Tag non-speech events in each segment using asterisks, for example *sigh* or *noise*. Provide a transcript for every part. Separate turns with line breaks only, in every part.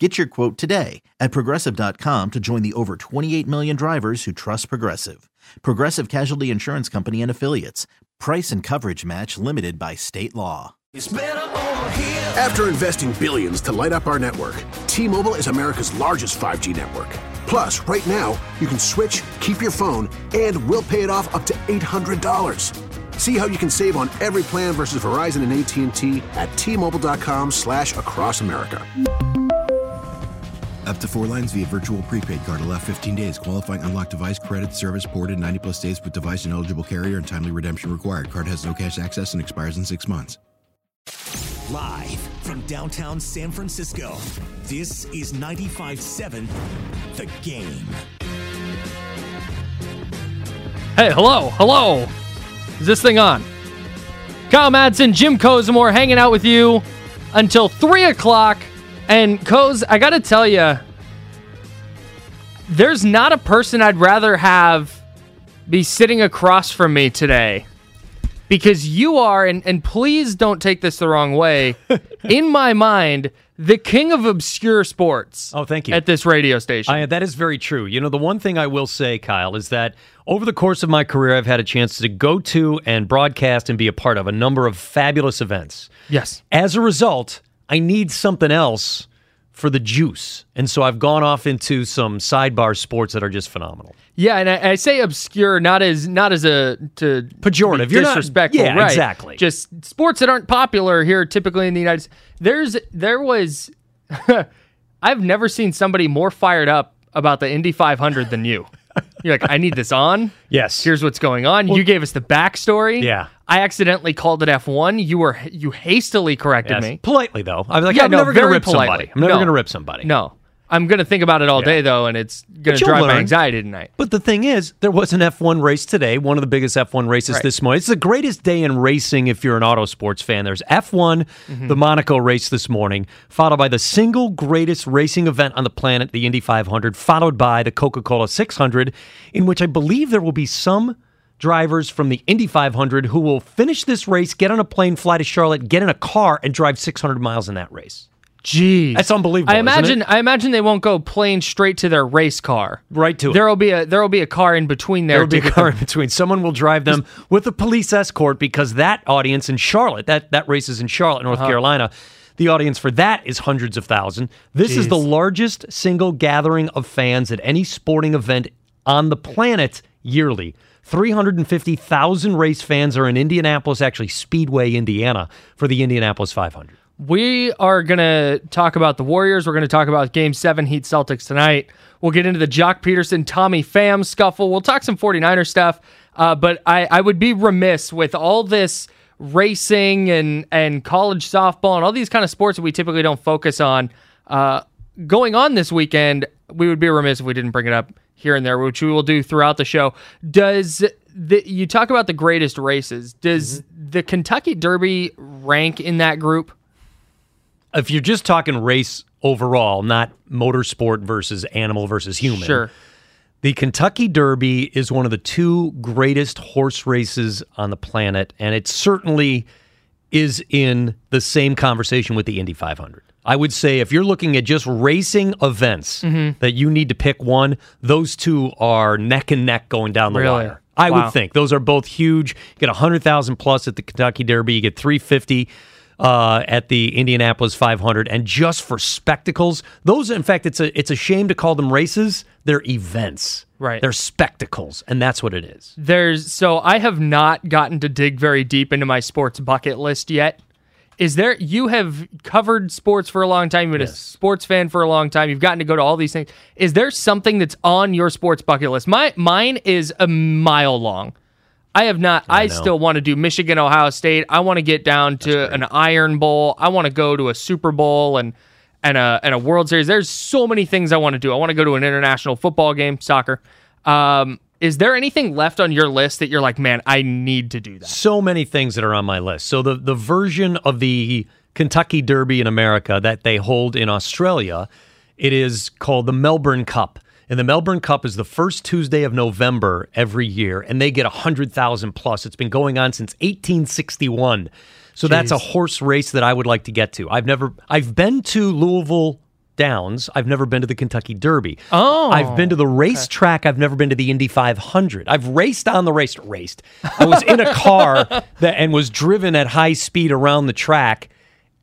Get your quote today at progressive.com to join the over 28 million drivers who trust Progressive. Progressive Casualty Insurance Company and Affiliates. Price and coverage match limited by state law.
It's better over here.
After investing billions to light up our network, T-Mobile is America's largest 5G network. Plus, right now, you can switch, keep your phone, and we'll pay it off up to $800. See how you can save on every plan versus Verizon and AT&T at tmobile.com slash across America.
Up to four lines via virtual prepaid card. Allow 15 days. Qualifying unlocked device credit service ported 90 plus days with device and eligible carrier and timely redemption required. Card has no cash access and expires in six months.
Live from downtown San Francisco, this is 95.7 The Game.
Hey, hello, hello. Is this thing on? Kyle Madsen, Jim Cozumore hanging out with you until 3 o'clock. And Coz, I got to tell you, there's not a person I'd rather have be sitting across from me today because you are, and, and please don't take this the wrong
*laughs*
way, in my mind, the king of obscure sports.
Oh, thank you.
At this radio station.
I, that is very true. You know, the one thing I will say, Kyle, is that over the course of my career, I've had a chance to go to and broadcast and be a part of a number of fabulous events.
yes.
As a result, I need something else for the juice. And so I've gone off into some sidebar sports that are just phenomenal.
Yeah, and I, I say obscure not as not as a to
Pejorative.
be
You're not-
disrespectful,
yeah,
right?
exactly.
Just sports that aren't popular here, typically in the United States. There's there was, *laughs* I've never seen somebody more fired up about the Indy 500 than you. You're like, I need this
*laughs*
on.
Yes.
Here's what's going on. you gave us the backstory.
Yeah.
I accidentally called it F1. You were you hastily corrected
Yes.
me.
Politely, though. I was like,
Yeah,
I'm
no,
never going to
very
rip
politely.
somebody. I'm never
No.
going to rip somebody.
No, I'm gonna think about it all day though, and it's gonna
you'll
drive my
learn.
anxiety tonight.
But the thing is, there was an F1 race today, one of the biggest F1 races
Right.
this morning. It's the greatest day in racing if you're an auto sports fan. There's F1,
Mm-hmm.
the Monaco race this morning, followed by the single greatest racing event on the planet, the Indy 500, followed by the Coca Cola 600, in which I believe there will be some drivers from the Indy 500 who will finish this race, get on a plane, fly to Charlotte, get in a car, and drive 600 miles in that race.
Jeez,
That's unbelievable,
I
isn't
imagine.
it?
I imagine they won't go plane straight to their race car.
Right to it.
There'll be a there'll be a car in between there.
There will be a
to get
car in
them-
between. Someone will drive them with a police escort because that audience in Charlotte, that, that race is in Charlotte, North Carolina. The audience for that is hundreds of thousands. This is the
Jeez.
largest single gathering of fans at any sporting event on the planet yearly. 350,000 race fans are in Indianapolis, actually Speedway, Indiana, for the Indianapolis 500.
We are gonna talk about the Warriors. We're gonna talk about Game Seven Heat Celtics tonight. We'll get into the Jock Peterson Tommy Pham scuffle. We'll talk some 49er stuff. Uh, but I I would be remiss with all this racing and and college softball and all these kind of sports that we typically don't focus on. Uh, going on this weekend, we would be remiss if we didn't bring it up here and there, which we will do throughout the show. Does the you talk about the greatest races? Does the Kentucky Derby rank in that group?
If you're just talking race overall, not motorsport versus animal versus human.
Sure.
The Kentucky Derby is one of the two greatest horse races on the planet, and it certainly is in the same conversation with the Indy 500. I would say if you're looking at just racing events
Mm-hmm.
that you need to pick one, those two are neck and neck going down the
Really?
wire. I
Wow.
would think those are both huge. You get 100,000 plus at the Kentucky Derby, you get 350 uh, at the Indianapolis 500 and just for spectacles. Those in fact it's a it's a shame to call them races, they're events.
Right.
They're spectacles and that's what it is.
There's so I have not gotten to dig very deep into my sports bucket list yet. Is there you have covered sports for a long time, you've been a sports fan for a long time, you've gotten to go to all these things. Is there something that's on your sports bucket list? My mine is a mile long. I have not I, still want to do Michigan, Ohio State. I want to get down to an Iron Bowl. I want to go to a Super Bowl and and a and a World Series. There's so many things I want to do. I want to go to an international football game, soccer. Um, Is there anything left on your list that you're like, man, I need to do that?
so many things that are on my list. So the the version of the Kentucky Derby in America that they hold in Australia, it is called the Melbourne Cup. And the Melbourne Cup is the first Tuesday of November every year, and they get 100,000 plus. It's been going on since 1861. So that's a horse race that I would like to get to. I've never, I've been to Louisville Downs. I've never been to the Kentucky Derby. Oh, I've been to the racetrack. I've never been to the Indy 500. I've raced on the race, raced. I was in
*laughs*
a car that and was driven at high speed around the track,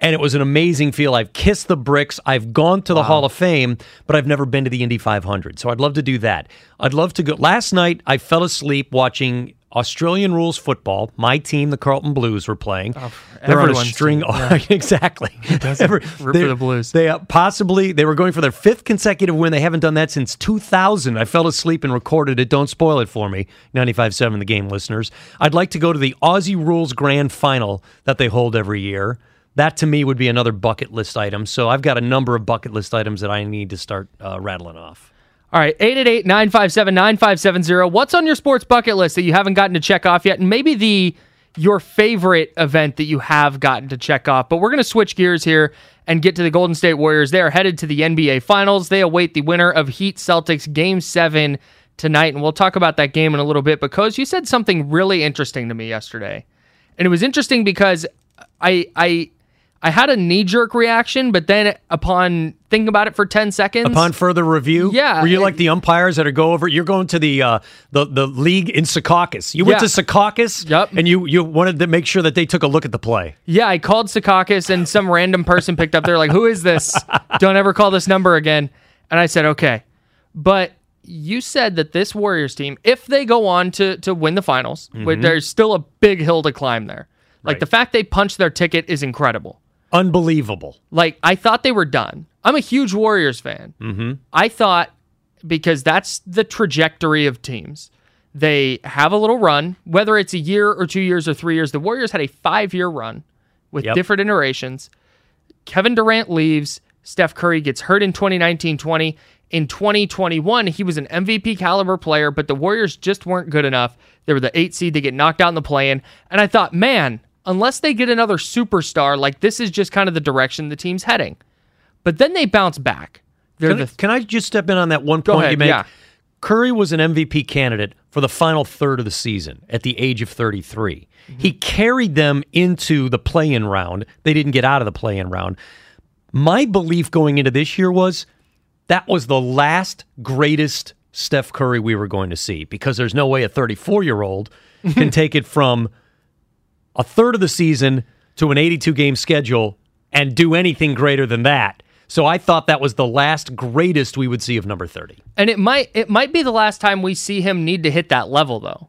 and it was an amazing feel. I've kissed the bricks. I've gone to the Hall of Fame, but I've never been to the Indy 500. So I'd love to do that. I'd love to go. Last night I fell asleep watching. Australian rules football. My team, the Carlton Blues, were playing. They're on a
Oh, everyone's
string.
team,
*laughs* exactly. Every-
root for
they-
the Blues?
They uh, possibly they were going for their fifth consecutive win. They haven't done that since 2000. I fell asleep and recorded it. Don't spoil it for me. 95.7 The Game listeners. I'd like to go to the Aussie Rules Grand Final that they hold every year. That to me would be another bucket list item. So I've got a number of bucket list items that I need to start uh, rattling off.
All right, 888 957 9570. What's on your sports bucket list that you haven't gotten to check off yet? And maybe the your favorite event that you have gotten to check off. But we're going to switch gears here and get to the Golden State Warriors. They are headed to the NBA Finals. They await the winner of Heat Celtics Game 7 tonight. And we'll talk about that game in a little bit. But, Coz, you said something really interesting to me yesterday. And it was interesting because I, I, I had a knee jerk reaction, but then upon thinking about it for 10 seconds.
Upon further review,
Yeah,
were you
it-
like the umpires that are go over? You're going to the uh, the the league in Secaucus. You went
Yeah.
to Secaucus,
Yep.
and you you wanted to make sure that they took a look at the play.
Yeah, I called Secaucus and some random person picked up. They're like, "Who is this? Don't ever call this number again." And I said, "Okay." But you said that this Warriors team, if they go on to to win the finals, which there's still a big hill to climb there. Like the fact they punched their ticket is incredible.
Unbelievable.
Like I thought they were done. I'm a huge Warriors fan. Mm-hmm. I thought because that's the trajectory of teams. They have a little run, whether it's a year or two years or three years. The Warriors had a five year run with
Yep.
different iterations. Kevin Durant leaves. Steph Curry gets hurt in 2019 20. In 2021, he was an MVP caliber player, but the Warriors just weren't good enough. They were the eight seed. They get knocked out in the play in. And I thought, man, unless they get another superstar, like this is just kind of the direction the team's heading. But then they bounce back. They're
Can,
the
I, can I just step in on that one
Go
point
ahead,
you make?
yeah.
Curry was an MVP candidate for the final third of the season at the age of 33.
Mm-hmm.
He carried them into the play in round. They didn't get out of the play in round. My belief going into this year was that was the last greatest Steph Curry we were going to see because there's no way a 34 year old
*laughs*
can take it from a third of the season to an 82 game schedule and do anything greater than that. So I thought that was the last greatest we would see of number 30.
And it might it might be the last time we see him need to hit that level though.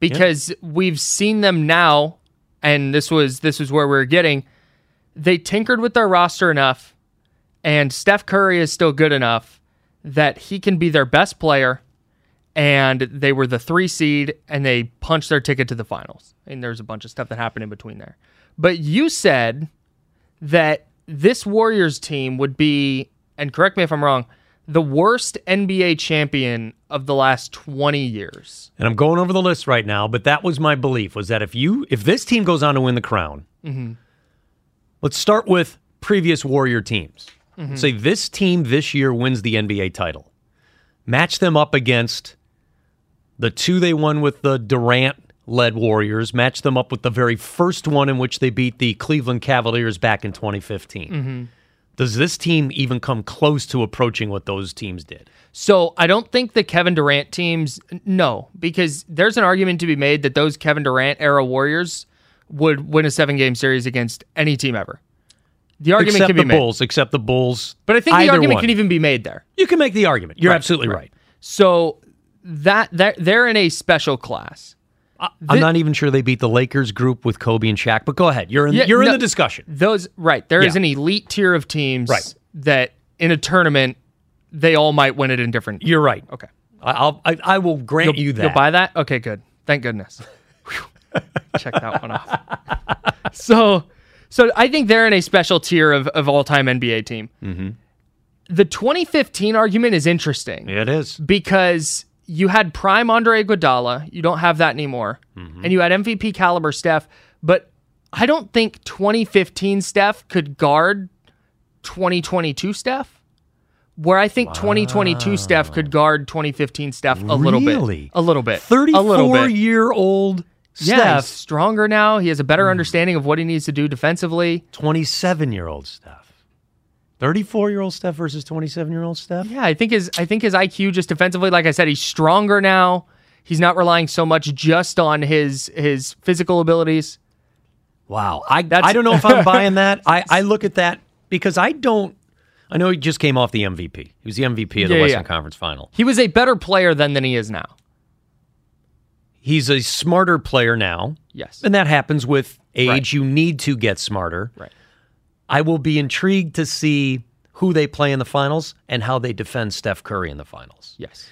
Because we've seen them now and this was this was where we were getting they tinkered with their roster enough and Steph Curry is still good enough that he can be their best player and they were the 3 seed and they punched their ticket to the finals. And there's a bunch of stuff that happened in between there. But you said that this Warriors team would be, and correct me if I'm wrong, the worst NBA champion of the last 20 years.
And I'm going over the list right now, but that was my belief was that if you if this team goes on to win the crown,
Mm-hmm.
let's start with previous Warrior teams.
Mm-hmm.
Say this team this year wins the NBA title. Match them up against the two they won with the Durant led Warriors, match them up with the very first one in which they beat the Cleveland Cavaliers back in 2015.
Mm-hmm.
Does this team even come close to approaching what those teams did?
So I don't think the Kevin Durant teams, no, because there's an argument to be made that those Kevin Durant era Warriors would win a seven game series against any team ever. The argument
except
can be
the
made.
Bulls, except the Bulls.
But I think the
Either
argument
one.
can even be made there.
You can make the argument. You're absolutely right.
So that, that they're in a special class.
I'm not even sure they beat the Lakers group with Kobe and Shaq, but go ahead. You're in,
Yeah,
you're in
no,
the discussion.
Those right. There is
Yeah.
an elite tier of teams
Right.
that in a tournament they all might win it in different.
You're right.
okay.
I, I'll, I, I will grant you that.
You'll buy that? Okay, good. Thank goodness. Whew. Check that one off. *laughs* so, so I think they're in a special tier of, of all time NBA
Mm-hmm.
team. The 2015 argument is interesting
It is.
because you had prime Andre Iguodala. You don't have that anymore,
Mm-hmm.
and you had MVP caliber Steph. But I don't think 2015 Steph could guard 2022 Steph. Where I think 2022 Steph could guard 2015 Steph a little
Really?
bit, a little bit, a little bit.
Thirty-four-year-old
Yeah, he's
Steph, Mm.
stronger now. He has a better understanding of what he needs to do defensively.
twenty-seven-year-old Steph, thirty-four-year-old Steph versus twenty-seven-year-old Steph.
Yeah, I think his I think his IQ just defensively, like I said, he's stronger now. He's not relying so much just on his his physical abilities.
Wow. I
That's-
I don't know if
*laughs*
I'm buying that. I, I look at that because I don't. I know he just came off the MVP. He was the MVP of the
Yeah,
Western
yeah.
Conference Final.
He was a better player then than he is now.
He's a smarter player now,
Yes.
and that happens with age.
Right.
You need to get smarter.
Right.
I will be intrigued to see who they play in the finals and how they defend Steph Curry in the finals.
Yes.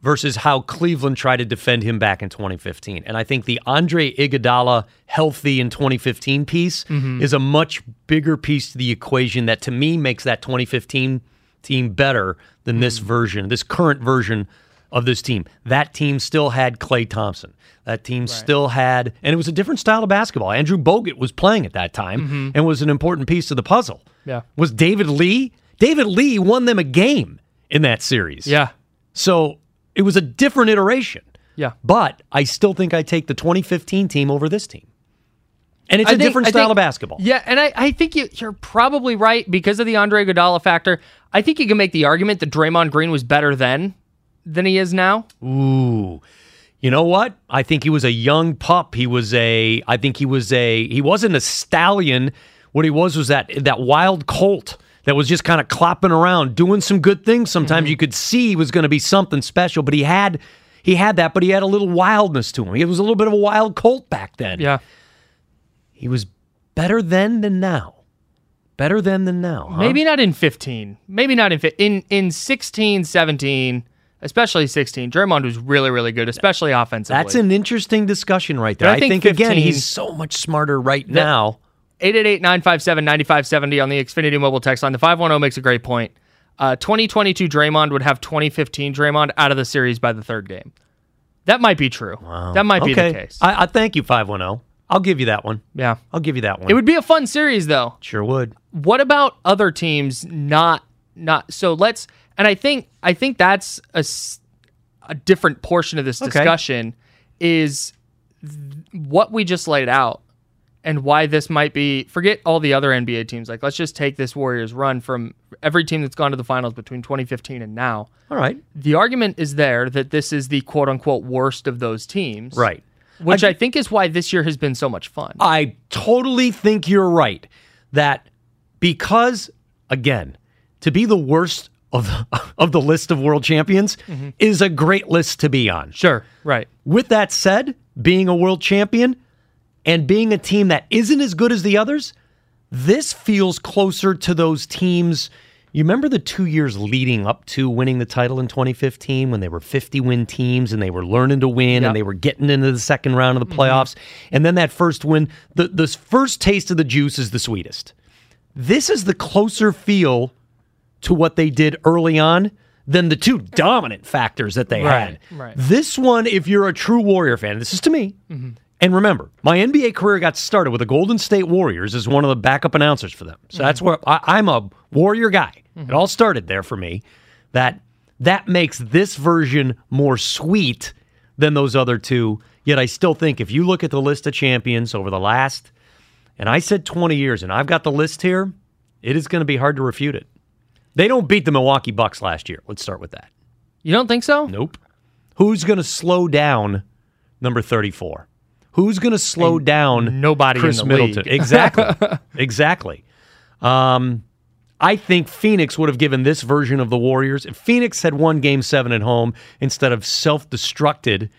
versus how Cleveland tried to defend him back in 2015. And I think the Andre Iguodala healthy in 2015 piece
Mm-hmm.
is a much bigger piece to the equation that to me makes that 2015 team better than this
Mm-hmm.
version, this current version of this team. That team still had Clay Thompson. That team still had and it was a different style of basketball. Andrew Bogut was playing at that time and was an important piece to the puzzle.
Mm-hmm. Yeah.
Was David Lee? David Lee won them a game in that series.
Yeah.
So it was a different iteration.
Yeah.
But I still think I take the 2015 team over this team. And it's a
I think-
different
I
style
think-
of basketball.
Yeah, and I, I think you, you're probably right because of the Andre Godala factor. I think you can make the argument that Draymond Green was better then than he is now.
Ooh. You know what? I think he was a young pup. He was a I think he was a he wasn't a stallion. What he was was that that wild colt that was just kind of clopping around, doing some good things. Sometimes
Mm-hmm.
you could see he was going to be something special, but he had he had that, but he had a little wildness to him. He was a little bit of a wild colt back then.
Yeah.
He was better then than now. Better then than now. huh?
Maybe not in 15. Maybe not in fi- in in 16, 17, especially 16. Draymond was really really good, especially offensively.
That's an interesting discussion right there.
But I
I think,
think
again,
15
he's so much smarter right now.
888-957-9570 on the Xfinity mobile text line. The 510 makes a great point. Uh, 2022 Draymond would have 2015 Draymond out of the series by the third game. That might be true. That might be
okay.
the case.
I, I thank you, 510. I'll give you that one.
yeah.
I'll give you that one.
It would be a fun series though.
sure would.
What about other teams not not so let's and I think I think that's a s- a different portion of this discussion is th- what we just laid out and why this might be forget all the other NBA teams like let's just take this Warriors run from every team that's gone to the finals between 2015 and now.
All right.
The argument is there that this is the quote unquote worst of those teams.
Right.
Which I, think is why this year has been so much fun.
I totally think you're right that because again, to be the worst of of the *laughs* list of world champions is a great list to be on.
Mm-hmm. sure. Right.
With that said, being a world champion and being a team that isn't as good as the others, this feels closer to those teams. You remember the two years leading up to winning the title in 2015 when they were 50 win teams and they were learning to win
Yeah.
and they were getting into the second round
Mm-hmm.
of the playoffs. And then that first win, the, the first taste of the juice is the sweetest. This is the closer feel to what they did early on than the two dominant factors that they
Right,
had.
right.
This one, if you're a true Warrior fan, this is to me. And remember, my NBA career got started with the Golden State Warriors as one of the backup announcers for them. So that's where I, I'm a Warrior guy. It all started there for me. That that makes this version more sweet than those other two. Yet I still think if you look at the list of champions over the last, and I said 20 years, and I've got the list here, it is going to be hard to refute it. They don't beat the Milwaukee Bucks last year. Let's start with that.
You don't think so?
Nope. Who's going to slow down number 34? Who's going to slow down
nobody in
Chris
the
Middleton?
league. *laughs*
Exactly. exactly. Um, I think Phoenix would have given this version of the Warriors if Phoenix had won game seven at home instead of self destructed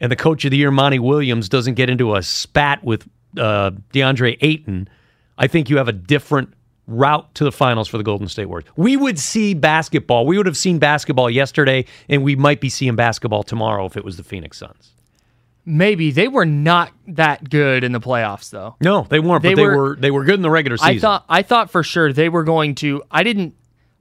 and the coach of the year, Monty Williams, doesn't get into a spat with uh, DeAndre Ayton, I think you have a different route to the finals for the Golden State Warriors. We would see basketball. We would have seen basketball yesterday, and we might be seeing basketball tomorrow if it was the Phoenix Suns.
Maybe they were not that good in the playoffs, though.
No, they weren't,
They
but they
were-
were, they were good in the regular season.
I thought I thought for sure they were going to. I didn't.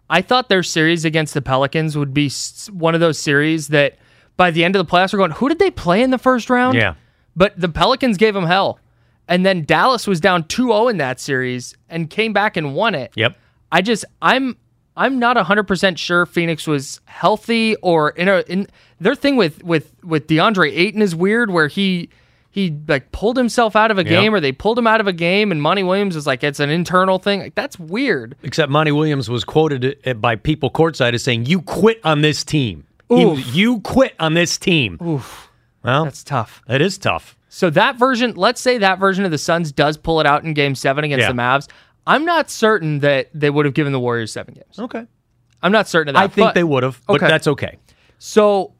I thought their series against the Pelicans would be s- one of those series that by the end of the playoffs were going, who did they play in the first round?
Yeah.
But the Pelicans gave them hell. And then Dallas was down 2-0 in that series and came back and won it.
Yep.
I just I'm I'm not 100% sure Phoenix was healthy or in a in their thing with with with DeAndre Ayton is weird where he he like pulled himself out of a game or they pulled him out of a game and Monty Williams is like it's an internal thing. Like that's weird.
Except Monty Williams was quoted uh, by people courtside as saying, "You quit on this team. He-
Oof.
you quit on this team." Well,
That's tough.
it is tough.
So that version, let's say that version of the Suns does pull it out in game 7 against
Yeah.
the Mavs. I'm not certain that they would have given the Warriors 7 games.
Okay.
I'm not certain of that.
I think
but-
they would have, but
Okay.
that's okay.
So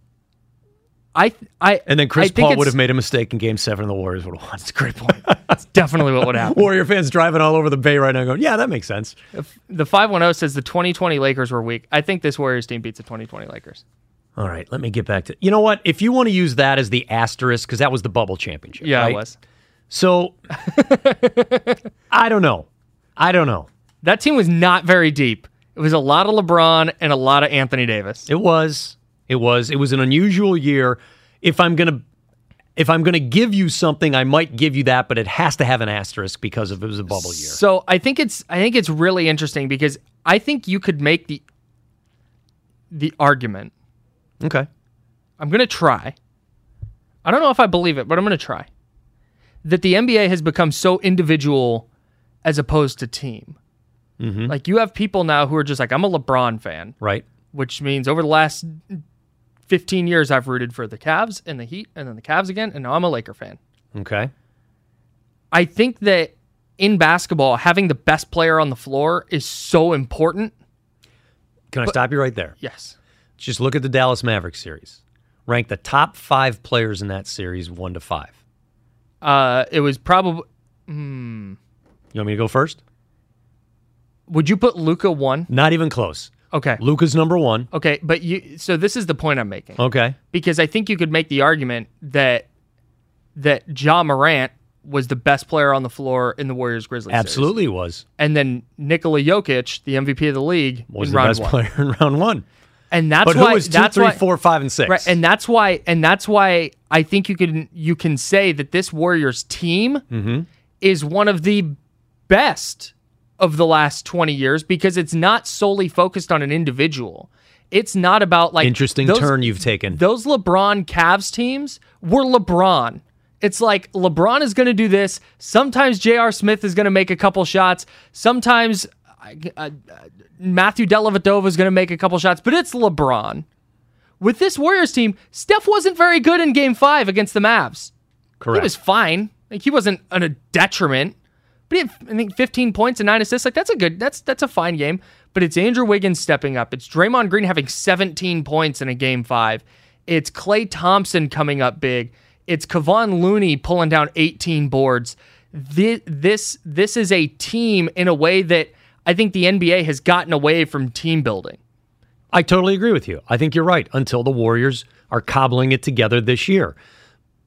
I I
And then
I
Chris
think
Paul would
it's-
have made a mistake in Game Seven, and the Warriors would have won. *laughs* It's a great point.
definitely what would happen.
Warrior fans driving all over the bay right now, going, "Yeah, that makes sense."
The 510 says the 2020 Lakers were weak. I think this Warriors team beats the 2020 Lakers.
All right, let me get back to. You know what? If you want to use that as the asterisk, because that was the bubble championship.
Yeah,
right?
it was.
So I don't know. I don't know.
That team was not very deep. It was a lot of LeBron and a lot of Anthony Davis.
It was. It was. It was an unusual year. If I'm gonna if I'm gonna give you something, I might give you that, but it has to have an asterisk because if it was a bubble year.
So I think it's I think it's really interesting because I think you could make the the argument.
Okay.
I'm going to try. I don't know if I believe it, but I'm going to try. That the NBA has become so individual as opposed to team.
Mm-hmm.
Like you have people now who are just like I'm a LeBron fan.
Right.
which means over the last 15 years I've rooted for the Cavs and the Heat and then the Cavs again and now I'm a Laker fan.
Okay.
I think that in basketball having the best player on the floor is so important.
Can I stop you right there?
Yes.
Just look at the Dallas Mavericks series. Rank the top five players in that series one to five.
Uh it was probably
You want me to go first?
would you put Luca 1?
Not even close.
Okay.
Luca's number one.
Okay, but you so this is the point I'm making.
Okay.
Because I think you could make the argument that that Ja Morant was the best player on the floor in the Warriors Grizzlies. series.
Absolutely he was.
And then Nikola Jokic, the MVP of the league,
Was
in
the
round
best
one.
player *laughs* in round one.
And that's
But
why
who was two,
that's
three,
why,
four, five, and six?
Right, and that's why, and that's why I think you can you can say that this Warriors team
Mm-hmm.
is one of the best of the last twenty years because it's not solely focused on an individual. It's not about like
Interesting
those-
turn you've taken.
Those LeBron Cavs teams were LeBron. It's like LeBron is going to do this. Sometimes J.R. Smith is going to make a couple shots. Sometimes I- I- Matthew Dellavedova is going to make a couple shots, but it's LeBron. With this Warriors team, Steph wasn't very good in game five against the Mavs. He
Correct.
was fine. Like he wasn't an, a detriment, but he had I think 15 points and nine assists. Like that's a good. That's that's a fine game. But it's Andrew Wiggins stepping up. It's Draymond Green having 17 points in a game five. It's Clay Thompson coming up big. It's Kevon Looney pulling down 18 boards. This this this is a team in a way that I think the NBA has gotten away from team building.
I totally agree with you. I think you're right until the Warriors are cobbling it together this year.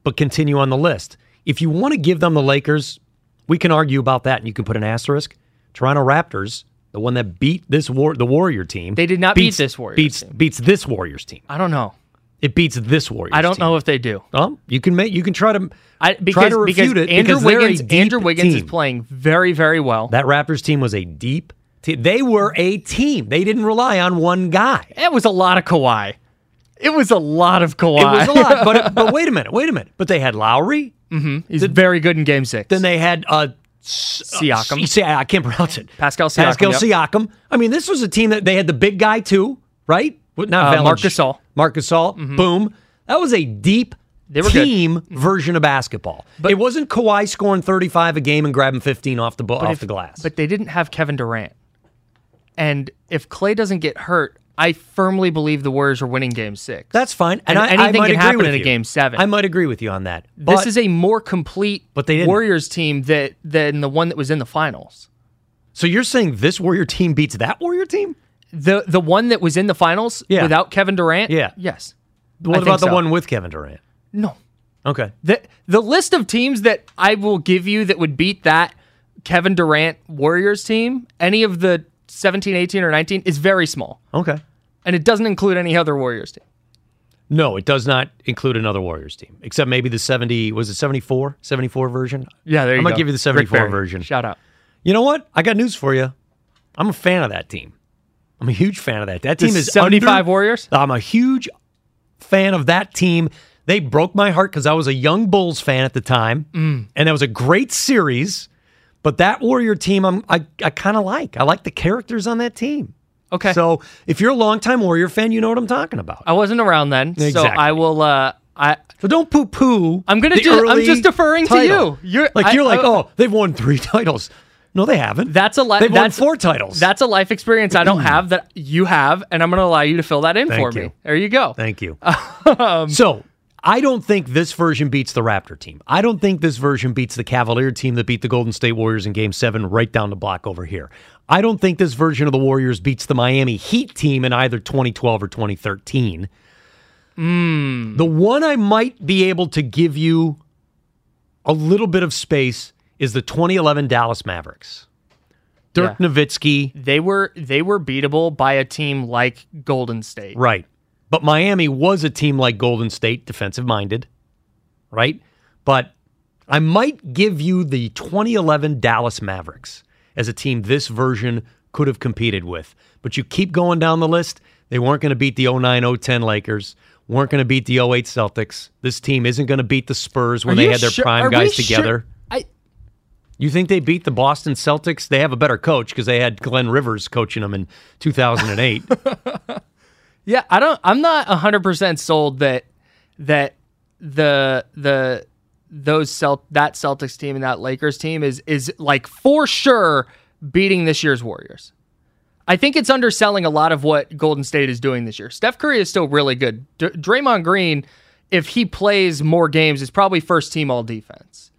But continue on the list. If you want to give them the Lakers, we can argue about that and you can put an asterisk. Toronto Raptors, the one that beat this war the Warrior team.
They did not beat this Warriors
beats,
team.
Beats this Warriors team.
I don't know.
It beats this Warriors
I don't
team.
know if they do.
Well, you can make you can try to
I,
try
because
to
because
refute it
Andrew
because they're a
Wiggins
deep
Andrew Wiggins is
team.
playing very very well.
That Raptors team was a deep team. They were a team. They didn't rely on one guy.
It was a lot of Kawhi. It was a lot of Kawhi.
It was a lot, but
*laughs*
it, but wait a minute, wait a minute. But they had Lowry.
He's very good in Game Six.
Then they had uh, S- uh,
Mm. Siakam.
S- I can't pronounce it.
Pascal Siakam,
Pascal
yep.
Siakam. I mean, this was a team that they had the big guy too, right? What not
Uh, Marc
Valanciunas.
Gasol. Mm-hmm.
Marc Gasol. Boom. That was a deep
They were good.
team version of basketball. But it wasn't Kawhi scoring 35 a game and grabbing 15 off the bu- off
if-
the glass.
but they didn't have Kevin Durant. And if Clay doesn't get hurt, I firmly believe the Warriors are winning Game Six.
that's fine.
and
And, I, I
anything
might
can
agree
happen
with
in a
you.
game seven.
I might agree with you on that. But
this is a more complete
But they didn't.
Warriors team that than the one that was in the finals.
so you're saying this Warrior team beats that Warrior team?
The the one that was in the finals
Yeah.
without Kevin Durant.
Yeah.
Yes. I
What
think
about the
so.
one with Kevin Durant?
No.
Okay.
The the list of teams that I will give you that would beat that Kevin Durant Warriors team, any of the 17, 18, or 19, is very small.
Okay.
And it doesn't include any other Warriors team.
No, it does not include another Warriors team, except maybe the 70, was it 74? 74 version?
Yeah, there you
I'm
go.
going to give you the
Rick
74
Barry.
version.
Shout out.
You know what? I got news for you. I'm a fan of that team. I'm a huge fan of that. That
The
team is
75
under-
Warriors?
I'm a huge fan of that team. They broke my heart because I was a young Bulls fan at the time,
Mm.
and that was a great series. But that Warrior team, I'm, I I kind of like. I like the characters on that team.
Okay.
So if you're a longtime Warrior fan, you know what I'm talking about.
I wasn't around then, so
Exactly.
I will. Uh, I
So don't poo poo.
I'm gonna ju- I'm just deferring to you. You're-
like
I-
you're like
I-
oh they've won three *laughs* titles. No, they haven't.
that's a li-
They've
that's
won four titles. Mm.
That's a life experience I don't have that you have, and I'm going to allow you to fill that in
Thank
for me.
you.
There you go.
Thank you. so I don't think this version beats the Raptor team. I don't think this version beats the Cavalier team that beat the Golden State Warriors in Game Seven, right down the block over here. I don't think this version of the Warriors beats the Miami Heat team in either 2012 or 2013. The one I might be able to give you a little bit of space is the 2011 Dallas Mavericks. Dirk Nowitzki,
They were they were beatable by a team like Golden State.
Right. But Miami was a team like Golden State, defensive minded, right? But I might give you the 2011 Dallas Mavericks as a team this version could have competed with. But you keep going down the list, they weren't going to beat the 09 010 Lakers, weren't going to beat the 08 Celtics. This team isn't going to beat the Spurs when
Are
they
you
had their
sure-
prime
are we
guys
sure-
together.
I
You think they beat the Boston Celtics? They have a better coach because they had Glenn Rivers coaching them in 2008.
yeah, I don't I'm not 100% sold that that the the those Celt that Celtics team and that Lakers team is is like for sure beating this year's Warriors. I think it's underselling a lot of what Golden State is doing this year. Steph Curry is still really good. D- Draymond Green, if he plays more games, is probably first team all defense.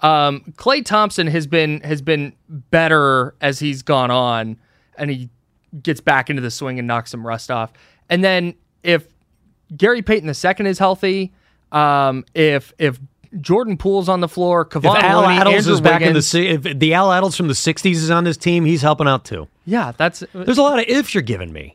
Um, Clay Thompson has been has been better as he's gone on, and he gets back into the swing and knocks some rust off. And then if Gary Payton II is healthy, um, if if Jordan Poole's on the floor, Kevon
if Al
Looney,
Addles
Andrew
is back in the
Wiggins-
si- if the Al Addles from the '60s is on this team, he's helping out too.
yeah, that's
There's a lot of ifs you're giving me.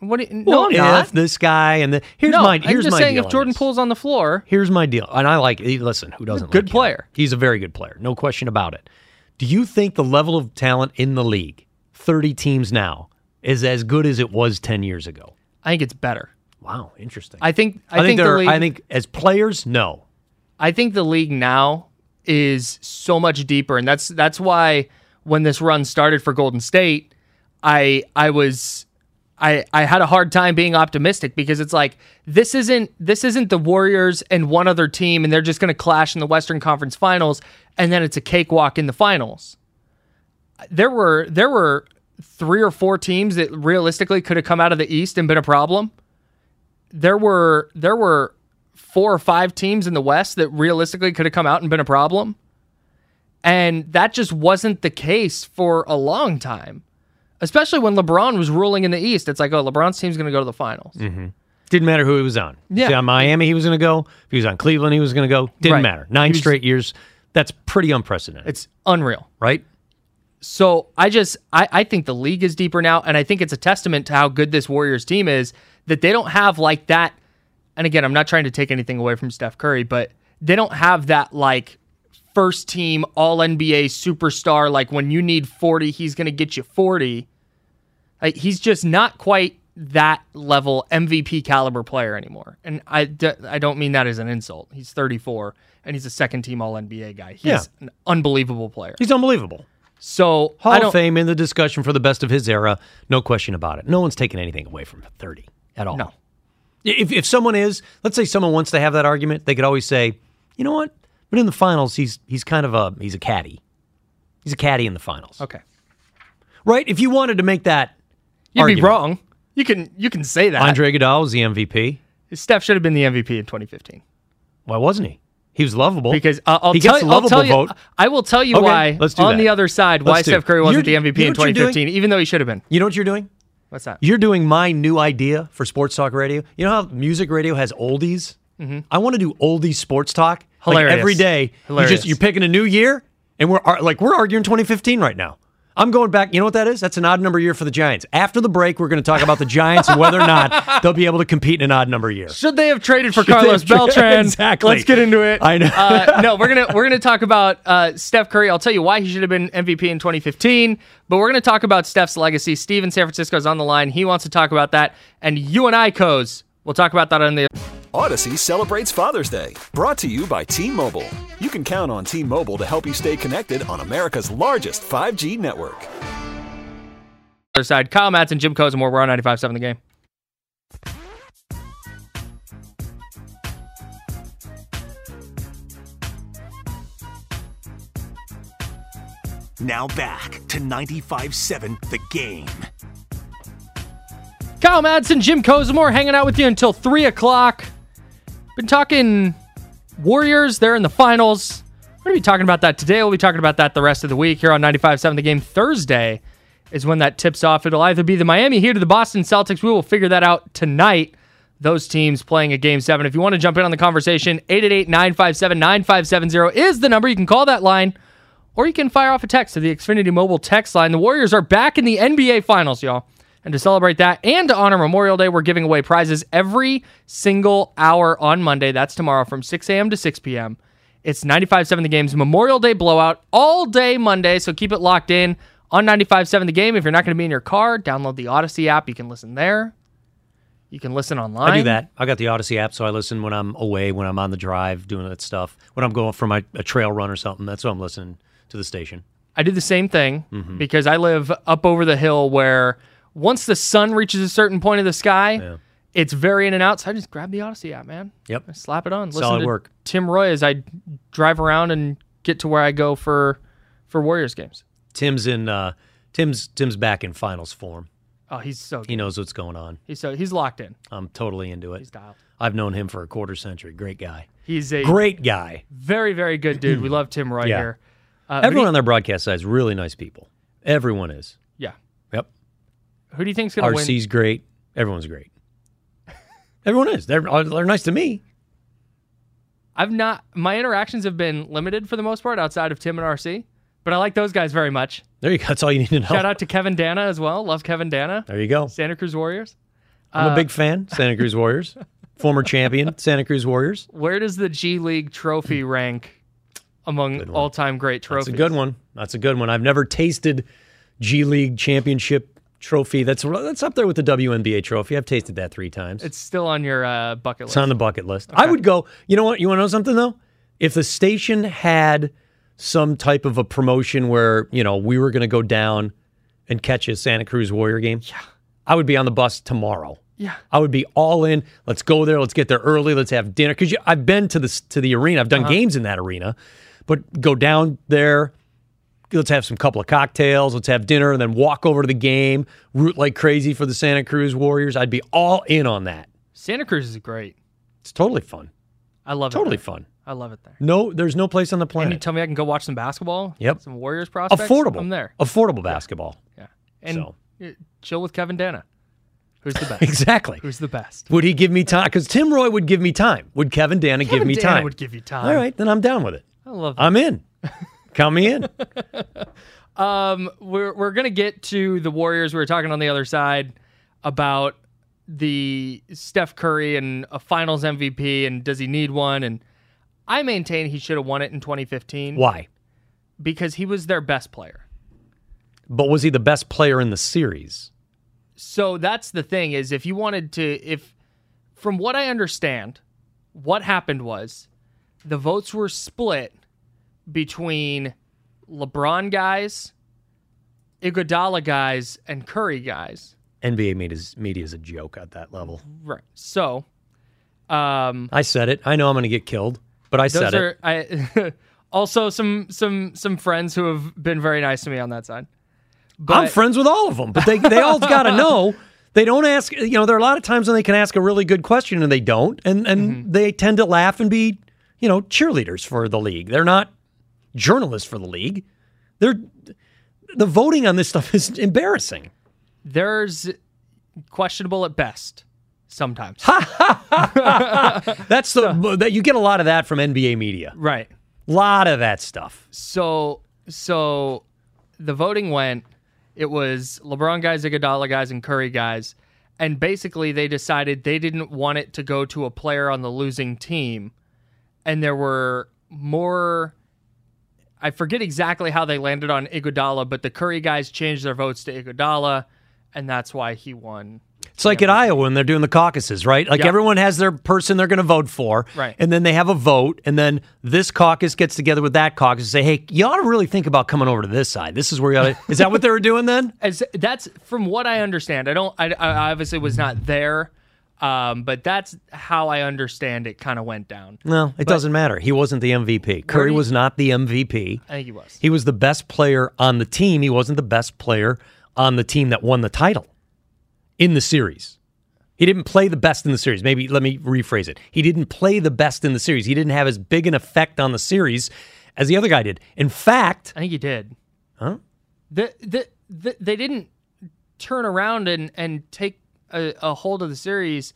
what. Do you, no,
Well,
I'm not.
if this guy and the here's
no,
my here's
I'm just
my
saying
deal
if
on
Jordan
this.
Poole's on the floor,
here's my deal, and I like eh, listen. Who doesn't?
good
like him?
player.
He's a very good player, no question about it. Do you think the level of talent in the league, 30 teams now, is as good as it was 10 years ago?
I think it's better.
Wow, interesting.
I think I, think, the
there.
league,
I think as players, no.
I think the league now is so much deeper, and that's that's why when this run started for Golden State, I I was I I had a hard time being optimistic because it's like this isn't this isn't the Warriors and one other team, and they're just going to clash in the Western Conference Finals, and then it's a cakewalk in the finals. There were there were three or four teams that realistically could have come out of the East and been a problem. There were there were four or five teams in the West that realistically could have come out and been a problem. And that just wasn't the case for a long time, especially when LeBron was ruling in the East. It's like, oh, LeBron's team's going to go to the finals.
Didn't matter who he was on. If he was
Yeah.
on Miami, he was going to go. If he was on Cleveland, he was going to go. Didn't
Right.
matter. Nine straight years. That's pretty unprecedented,
It's unreal.
right?
So I just, I, I think the league is deeper now. And I think it's a testament to how good this Warriors team is that they don't have like that. And again, I'm not trying to take anything away from Steph Curry, but they don't have that like first team all NBA superstar. Like when you need 40, he's going to get you 40. Like he's just not quite that level MVP caliber player anymore. And I, d- I don't mean that as an insult. He's 34 and he's a second team all NBA guy. He's
Yeah.
an unbelievable player.
He's unbelievable.
So
Hall
I
of
don't-
Fame in the discussion for the best of his era. No question about it. No one's taking anything away from 30 at all.
No.
If, if someone is, let's say someone wants to have that argument, they could always say, you know what? But in the finals, he's he's kind of a he's a caddy. He's a caddy in the finals,
Okay.
right? If you wanted to make that,
You'd
argument.
be wrong. You can you can say that.
Andre Iguodala was the MVP.
Steph should have been the MVP in 2015
Why wasn't he? He was lovable
because uh, I'll
he
tell
gets
you.
a lovable
I'll tell you.
vote.
I will tell you
Okay,
why.
let's do
on
that.
the other side,
Let's
why
do
Steph
it.
Curry wasn't
You're-
the MVP
you know
in
what you're doing?
2015, even though he should have been.
You know what you're doing?
What's that?
You're doing my new idea for sports talk radio. You know how music radio has oldies? I want to do oldies sports talk. Like
Mm-hmm. Hilarious.
every day, you
Hilarious.
just you're picking a new year, and we're ar- like we're arguing 2015 right now. I'm going back. You know what that is? That's an odd number year for the Giants. After the break, we're going to talk about the Giants and whether
*laughs*
or not they'll be able to compete in an odd number year.
Should they have traded for
Should they
Carlos
have tra-
Beltran?
*laughs* Exactly.
Let's get into it.
I know.
uh, no, we're gonna we're gonna talk about uh, Steph Curry. I'll tell you why he should have been MVP in 2015. But we're gonna talk about Steph's legacy. Steve in San Francisco is on the line. He wants to talk about that. And you and I, Coz, we'll talk about that on the
Odyssey celebrates Father's Day, brought to you by T Mobile. You can count on T Mobile to help you stay connected on America's largest 5G network.
other side. Kyle Matson, Jim Coz, and more. We're on 95.7 The Game.
Now back to 95.7 The Game.
Kyle Madsen, Jim Cozumore hanging out with you until 3 o'clock. Been talking Warriors. They're in the finals. We're going to be talking about that today. We'll be talking about that the rest of the week here on 95.7 The Game. Thursday is when that tips off. It'll either be the Miami Heat or the Boston Celtics. We will figure that out tonight. Those teams playing a game seven. If you want to jump in on the conversation, 888 957 9570 is the number. You can call that line or you can fire off a text to the Xfinity Mobile text line. The Warriors are back in the NBA Finals, y'all. And to celebrate that and to honor Memorial Day, we're giving away prizes every single hour on Monday. That's tomorrow from 6 a.m. to 6 p.m. It's 95.7 The Game's Memorial Day blowout all day Monday, so keep it locked in on 95.7 The Game. If you're not going to be in your car, download the Odyssey app. You can listen there. You can listen online.
I do that. I got the Odyssey app, so I listen when I'm away, when I'm on the drive, doing that stuff. When I'm going for my a trail run or something, that's what I'm listening to the station.
I do the same thing
Mm-hmm.
because I live up over the hill where once the sun reaches a certain point of the sky, it's very in and out. So I just grab the Odyssey app, man.
Yep.
I slap it on. Listen
Solid
to
work.
Tim Roy as I drive around and get to where I go for for Warriors games.
Tim's in. Uh, Tim's Tim's back in finals form.
Oh, he's so good.
He knows what's going on.
He's so he's locked in.
I'm totally into it.
He's dialed.
I've known him for a quarter century. Great guy.
He's a
Great guy.
very very good dude. We love Tim Roy
Yeah.
here. Uh, who do
Everyone on their broadcast side is really nice people. Everyone is.
you- yeah.
Yep.
Who do you think's gonna win?
RC's great. Everyone's great. *laughs* Everyone is. They're uh, they're nice to me.
I've not. My interactions have been limited for the most part outside of Tim and RC, but I like those guys very much.
There you go. That's all you need to know.
Shout out to Kevin Dana as well. Love Kevin Dana.
There you go.
Santa Cruz Warriors. Uh,
I'm a big fan. Santa Cruz Warriors,
*laughs*
former champion. Santa Cruz Warriors.
Where does the G League trophy rank among all time great trophies?
That's a good one. That's a good one. I've never tasted G League championship trophy. That's that's up there with the WNBA trophy. I've tasted that three times.
It's still on your uh, bucket list.
It's on the bucket list. I would go. You know what? You want to know something though? If the station had some type of a promotion where you know we were going to go down and catch a Santa Cruz Warrior game, yeah, I would be on the bus tomorrow.
Yeah.
I would be all in. Let's go there. Let's get there early. Let's have dinner. Because I've been to this to the arena. I've done
Uh-huh.
games in that arena, but go down there. Let's have some couple of cocktails. Let's have dinner, and then walk over to the game. Root like crazy for the Santa Cruz Warriors. I'd be all in on that.
Santa Cruz is great.
It's totally fun.
I love it.
Totally
there.
fun.
I love it there.
No, there's no place on the
And you
planet.
tell me I can go watch some basketball?
Yep.
Some Warriors prospects?
Affordable.
I'm there.
Affordable basketball. *laughs*
Yeah. And
So.
uh, chill with Kevin Dana. Who's the best?
*laughs* Exactly.
Who's the best?
Would he give me time? Because Tim Roy would give me time. Would Kevin Dana give
Kevin
me
Dana
time?
would give you time.
All right, then I'm down with it.
I love that. *laughs*
I'm in. Count me in.
we're we're gonna get to the Warriors. We were talking on the other side about the Steph Curry and a Finals MVP, and does he need one? And I maintain he should have won it in 2015
Why?
because he was their best player.
But was he the best player in the series?
So that's the thing is if you wanted to, if from what I understand, what happened was the votes were split between LeBron guys, Iguodala guys, and Curry guys.
NBA media's, media's a joke at that level.
Right. So, um,
I said it. I know I'm going to get killed, but I
those
said it.
are I *laughs* also some some some friends who have been very nice to me on that side. But
I'm friends with all of them, but they,
*laughs*
they all got to know. They don't ask, you know, there are a lot of times when they can ask a really good question and they don't. And, and
Mm-hmm.
they tend to laugh and be, you know, cheerleaders for the league. They're not journalists for the league. They're, the voting on this stuff is embarrassing.
there's questionable at best sometimes.
That's the, that you get a lot of that from NBA media.
Right.
A lot of that stuff.
So so the voting went, it was LeBron guys, Iguodala guys, and Curry guys, and basically they decided they didn't want it to go to a player on the losing team, and there were more. I forget exactly how they landed on Iguodala, but the Curry guys changed their votes to Iguodala, and that's why he won.
It's like at Iowa when they're doing the caucuses, right? Like
Yeah.
everyone has their person they're going to vote for,
Right.
And then they have a vote, and then this caucus gets together with that caucus and say, "Hey, you ought to really think about coming over to this side. This is where you ought to." is that what they were doing then?
As that's from what I understand. I don't. I, I obviously was not there, um, but that's how I understand it. Kind of went down.
No, it doesn't matter. He wasn't the MVP. Curry
do you-
was not the MVP.
I think he was.
He was the best player on the team. He wasn't the best player on the team that won the title in the series. He didn't play the best in the series. Maybe let me rephrase it. He didn't play the best in the series. He didn't have as big an effect on the series as the other guy did. In fact,
I think he did.
Huh?
The, the, the, they didn't turn around and, and take a, a hold of the series.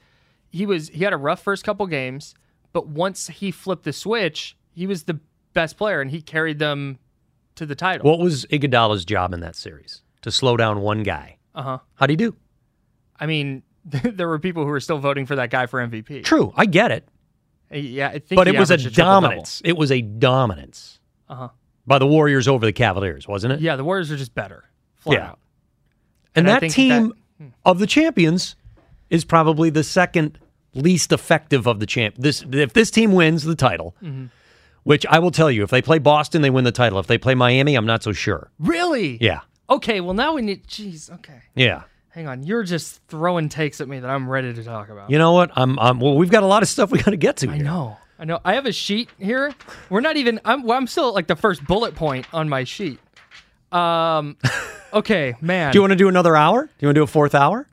He was he had a rough first couple games, but once he flipped the switch, he was the best player and he carried them to the title.
what was Iguodala's job in that series? To slow down one guy.
uh huh.
How'd he do?
I mean, *laughs* there were people who were still voting for that guy for MVP.
True, I get it.
Yeah, I think
But
he
it was a
averaged triple-double.
dominance. It was a dominance
Uh-huh.
by the Warriors over the Cavaliers, wasn't it?
Yeah, the Warriors are just better. Flat
Yeah.
out.
And,
And I think
that team of the champions is probably the second least effective of the champ. This if this team wins the title,
Mm-hmm.
which I will tell you, if they play Boston, they win the title. If they play Miami, I'm not so sure.
Really?
Yeah,
Okay, well now we need jeez, okay.
yeah.
Hang on. You're just throwing takes at me that I'm ready to talk about.
You know what? I'm. i well, we've got a lot of stuff we got to get to.
I
here.
know. I know. I have a sheet here. We're not even. I'm. Well, I'm still at like the first bullet point on my sheet.
*laughs*
Um. Okay, man.
Do you want to do another hour? Do you want to do a fourth hour?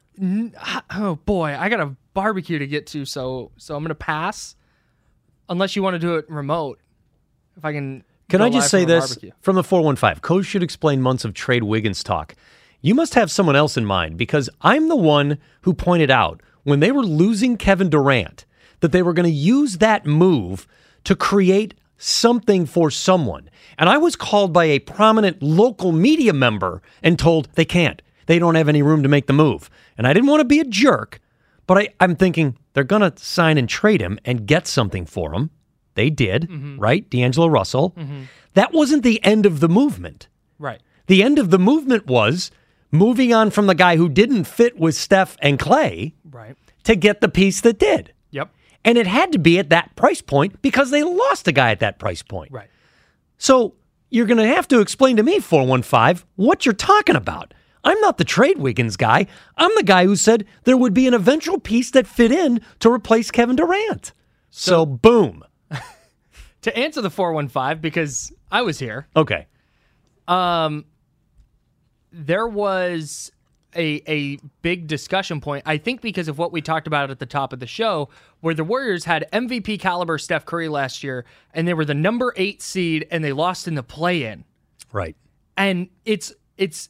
oh boy, I got a barbecue to get to, so so I'm gonna pass. Unless you want to do it remote, if I can.
Can
go
I just
live
say
from a
this
barbecue.
from the 415? Coach should explain months of trade Wiggins talk. You must have someone else in mind because I'm the one who pointed out when they were losing Kevin Durant that they were going to use that move to create something for someone. And I was called by a prominent local media member and told they can't. They don't have any room to make the move. And I didn't want to be a jerk, but I, I'm thinking they're going to sign and trade him and get something for him. They did, right? D'Angelo Russell. That wasn't the end of the movement.
Right.
The end of the movement was moving on from the guy who didn't fit with Steph and Clay
Right.
to get the piece that did.
Yep.
And it had to be at that price point because they lost a guy at that price point.
Right.
So you're going to have to explain to me, 415, what you're talking about. I'm not the trade Wiggins guy. I'm the guy who said there would be an eventual piece that fit in to replace Kevin Durant. so boom.
To answer the four one five, because I was here.
Okay.
Um, there was a a big discussion point. I think because of what we talked about at the top of the show, where the Warriors had MVP caliber Steph Curry last year, and they were the number eight seed, and they lost in the play in.
Right.
And it's it's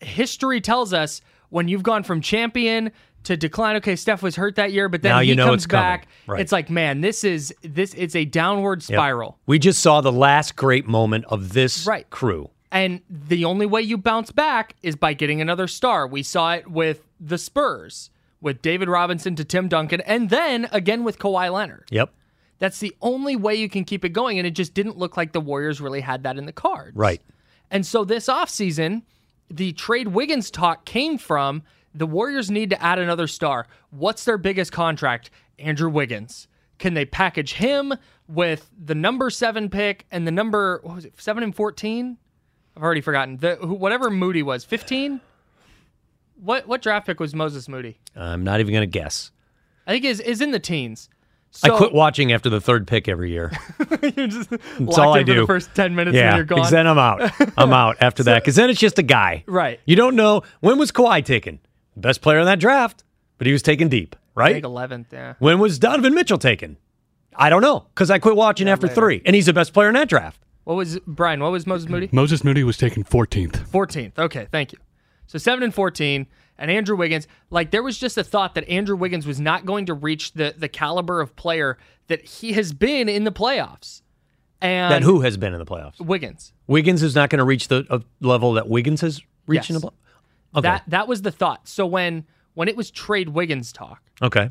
history tells us when you've gone from champion to decline. Okay, Steph was hurt that year, but then
Now
he
you know
comes
it's coming.
back.
Right.
It's like, man, this is this it's a downward spiral.
We just saw the last great moment of this
Right.
crew.
And the only way you bounce back is by getting another star. We saw it with the Spurs, with David Robinson to Tim Duncan, and then again with Kawhi Leonard.
Yep.
That's the only way you can keep it going. And it just didn't look like the Warriors really had that in the cards.
Right.
And so this offseason, the trade Wiggins talk came from the Warriors need to add another star. What's their biggest contract? Andrew Wiggins. Can they package him with the number seven pick and the number, what was it, seven and 14? I've already forgotten. The, who- whatever Moody was, 15? What, what draft pick was Moses Moody?
I'm not even going to guess.
I think is is in the teens. So, *laughs*
I quit watching after the third pick every year.
you're just
That's
locked
all
in
I
for
do.
the first 10 minutes and
yeah.
you're gone.
'cause then I'm out.
*laughs*
I'm out after that. Because then it's just a guy.
Right.
You don't know when was Kawhi taken? Best player in that draft, but he was taken deep,
I
right?
think 11th, yeah.
When was Donovan Mitchell taken? I don't know because I quit watching after three, and he's the best player in that draft.
What was Brian? What was Moses Moody?
Moses Moody was taken 14th.
14th. Okay, thank you. So 7 and 14 and Andrew Wiggins, like there was just a thought that Andrew Wiggins was not going to reach the the caliber of player that he has been in the playoffs. And
That who has been in the playoffs?
Wiggins.
Wiggins is not going to reach the uh, level that Wiggins has reached in
Yes.
the playoffs. Okay.
That that was the thought. So when when it was trade Wiggins talk,
okay.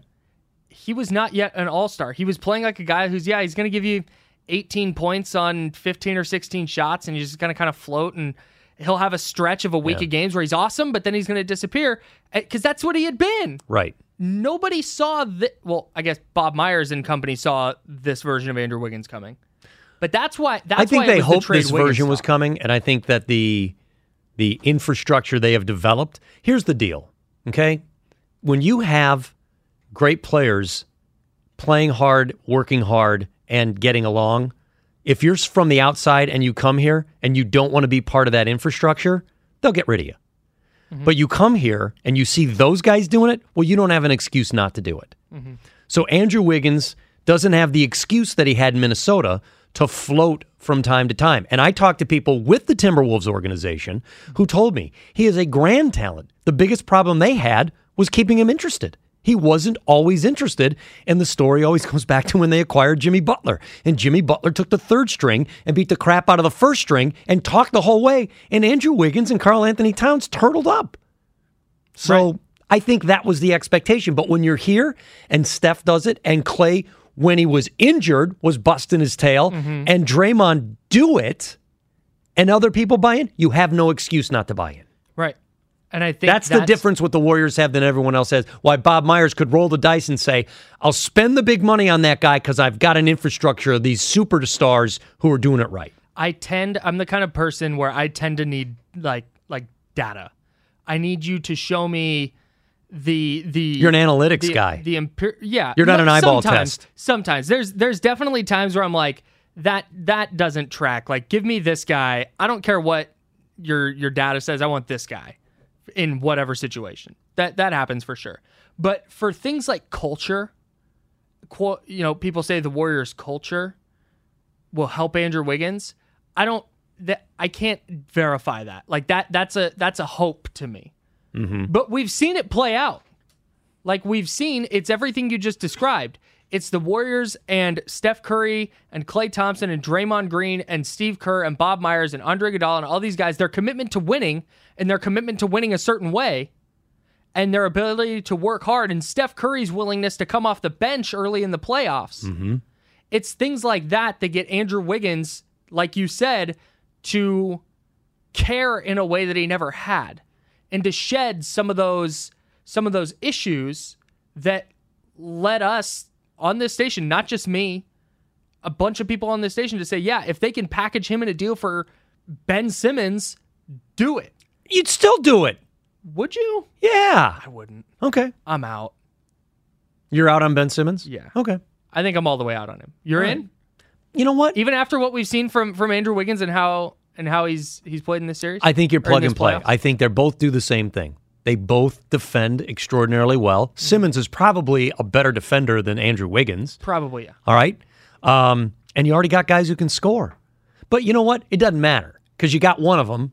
he was not yet an all star. He was playing like a guy who's yeah, he's going to give you 18 points on 15 or 16 shots, and he's just going to kind of float and he'll have a stretch of a week of games where he's awesome, but then he's going to disappear because that's what he had been.
Right.
Nobody saw that. Well, I guess Bob Myers and company saw this version of Andrew Wiggins coming, but that's why. That's
I think
why it
they
was
hoped
the trade
this
Wiggins
version was
talk.
coming, and I think that the the infrastructure they have developed. Here's the deal, okay? When you have great players playing hard, working hard, and getting along, if you're s- from the outside and you come here and you don't want to be part of that infrastructure, they'll get rid of you.
Mm-hmm.
But you come here and you see those guys doing it, well, you don't have an excuse not to do it. So Andrew Wiggins doesn't have the excuse that he had in Minnesota to float from time to time. And I talked to people with the Timberwolves organization who told me he is a grand talent. The biggest problem they had was keeping him interested. He wasn't always interested. And the story always *laughs* comes back to when they acquired Jimmy Butler. And Jimmy Butler took the third string and beat the crap out of the first string and talked the whole way. And Andrew Wiggins and Carl Anthony Towns turtled up. So I think that was the expectation. But when you're here and Steph does it and Clay, when he was injured, was busting his tail
Mm-hmm.
and Draymond do it and other people buy in, you have no excuse not to buy in.
right, and I think
That's, the difference what the Warriors have than everyone else has. Why Bob Myers could roll the dice and say, I'll spend the big money on that guy because I've got an infrastructure of these superstars who are doing it right.
I tend I'm the kind of person where I tend to need like like data. I need you to show me the the
You're an analytics
the-
guy.
The empir- yeah.
You're not
No,
an eyeball
sometimes-
test.
Sometimes there's there's definitely times where I'm like that that doesn't track. Like give me this guy. I don't care what your your data says. I want this guy in whatever situation. That that happens for sure. But for things like culture, quote, you know, people say the Warriors' culture will help Andrew Wiggins. I don't that I can't verify that. Like that that's a that's a hope to me.
Mm-hmm.
But we've seen it play out. Like we've seen, it's everything you just described. It's the Warriors and Steph Curry and Klay Thompson and Draymond Green and Steve Kerr and Bob Myers and Andre Iguodala and all these guys. Their commitment to winning and their commitment to winning a certain way, and their ability to work hard and Steph Curry's willingness to come off the bench early in the playoffs. It's things like that that get Andrew Wiggins, like you said, to care in a way that he never had and to shed some of those some of those issues that led us on this station not just me a bunch of people on this station to say yeah if they can package him in a deal for Ben Simmons do it
You'd still do it.
would you
Yeah.
I wouldn't
Okay.
I'm out
You're out on Ben Simmons?
Yeah.
Okay.
I think I'm all the way out on him you're in
You know what?
even after what we've seen from from Andrew Wiggins and how and how he's he's played in this series
I think you're
Or in
plug
this
and play.
playoffs?
I think they are both do the same thing. They both defend extraordinarily well.
Mm-hmm.
Simmons is probably a better defender than Andrew Wiggins.
probably yeah
All right. Um, and you already got guys who can score. But you know what? It doesn't matter because you got one of them.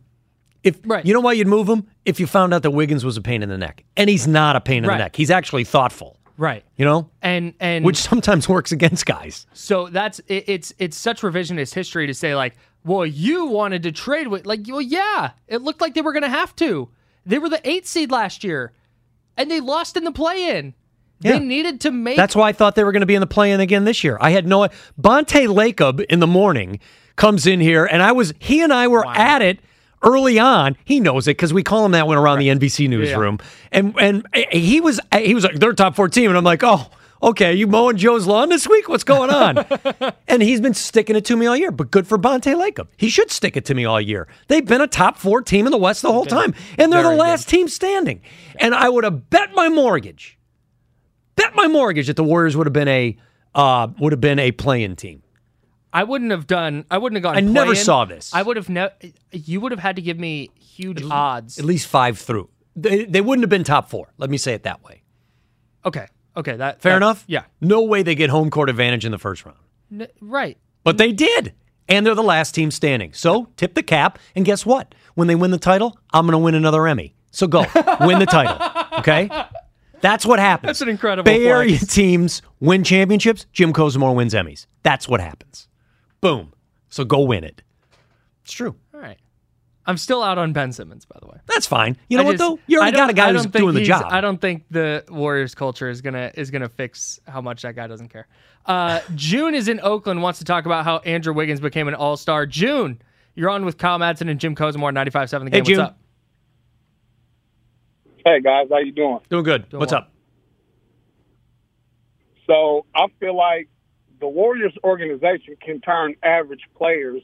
If
Right.
you know why you'd move him if you found out that Wiggins was a pain in the neck, and he's not a pain in
Right. Mm.
the neck. He's actually thoughtful.
right
You know,
and and
which sometimes *laughs* works against guys.
So that's it, it's it's such revisionist history to say like, well, you wanted to trade with like, well, yeah, it looked like they were gonna have to. They were the eight seed last year, and they lost in the play in.
Yeah.
They needed to make
That's why I thought they were going to be in the play-in again this year. I had no. Bonte Lacob in the morning comes in here, and I was he and I were at it early on. He knows it because we call him that when around the NBC newsroom, and and eh, he was he was like they're top four team, and I'm like oh. Okay, you mowing Joe's lawn this week? What's going on? and he's been sticking it to me all year, but good for Bonte Lacob. He should stick it to me all year. They've been a top four team in the West the whole time, and they're the
very good.
last team standing. And I would have bet my mortgage bet my mortgage that the Warriors would have been a uh, would have been a playing team.
I wouldn't have done. I wouldn't have gone.
I never
play-in.
saw this.
I would have never. You would have had to give me huge odds.
At least five through. They, they wouldn't have been top four. Let me say it that way.
okay. Okay. That
Fair
that-
enough.
Yeah.
No way they get home court advantage in the first round,
N- right.
but they did, and they're the last team standing. So tip the cap, and guess what? When they win the title, I'm going to win another Emmy. So go *laughs* win the title. Okay. That's what happens.
That's an incredible
Bay Area *laughs*
flex.
teams win championships. Jim Cosmore wins Emmys. That's what happens. Boom. So go win it. It's true.
All right. I'm still out on Ben Simmons, by the way.
That's fine. You know
I
what
just-
though? You already
I don't-
got a
I
guy
don't
who's
think
doing the
he's-
job.
I don't think the Warriors culture is gonna is gonna fix how much that guy doesn't care. Uh, June is in Oakland. Wants to talk about how Andrew Wiggins became an All Star. June, you're on with Kyle Madsen and Jim Cosmore, 95.7 The game.
Hey,
What's
June.
up?
Hey guys, how you doing?
Doing good. What's
well.
up?
So I feel like the Warriors organization can turn average players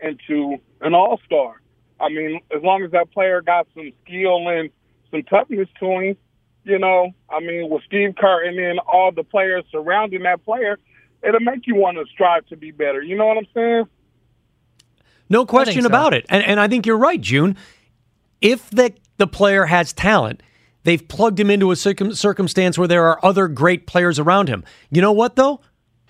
into an all star. I mean, as long as that player got some skill and some toughness to him, you know, I mean, with Steve Kerr and then all the players surrounding that player, it'll make you want to strive to be better. You know what I'm saying?
No question
so.
about it. And and I think you're right, June. If the the player has talent, they've plugged him into a circum, circumstance where there are other great players around him. You know what though?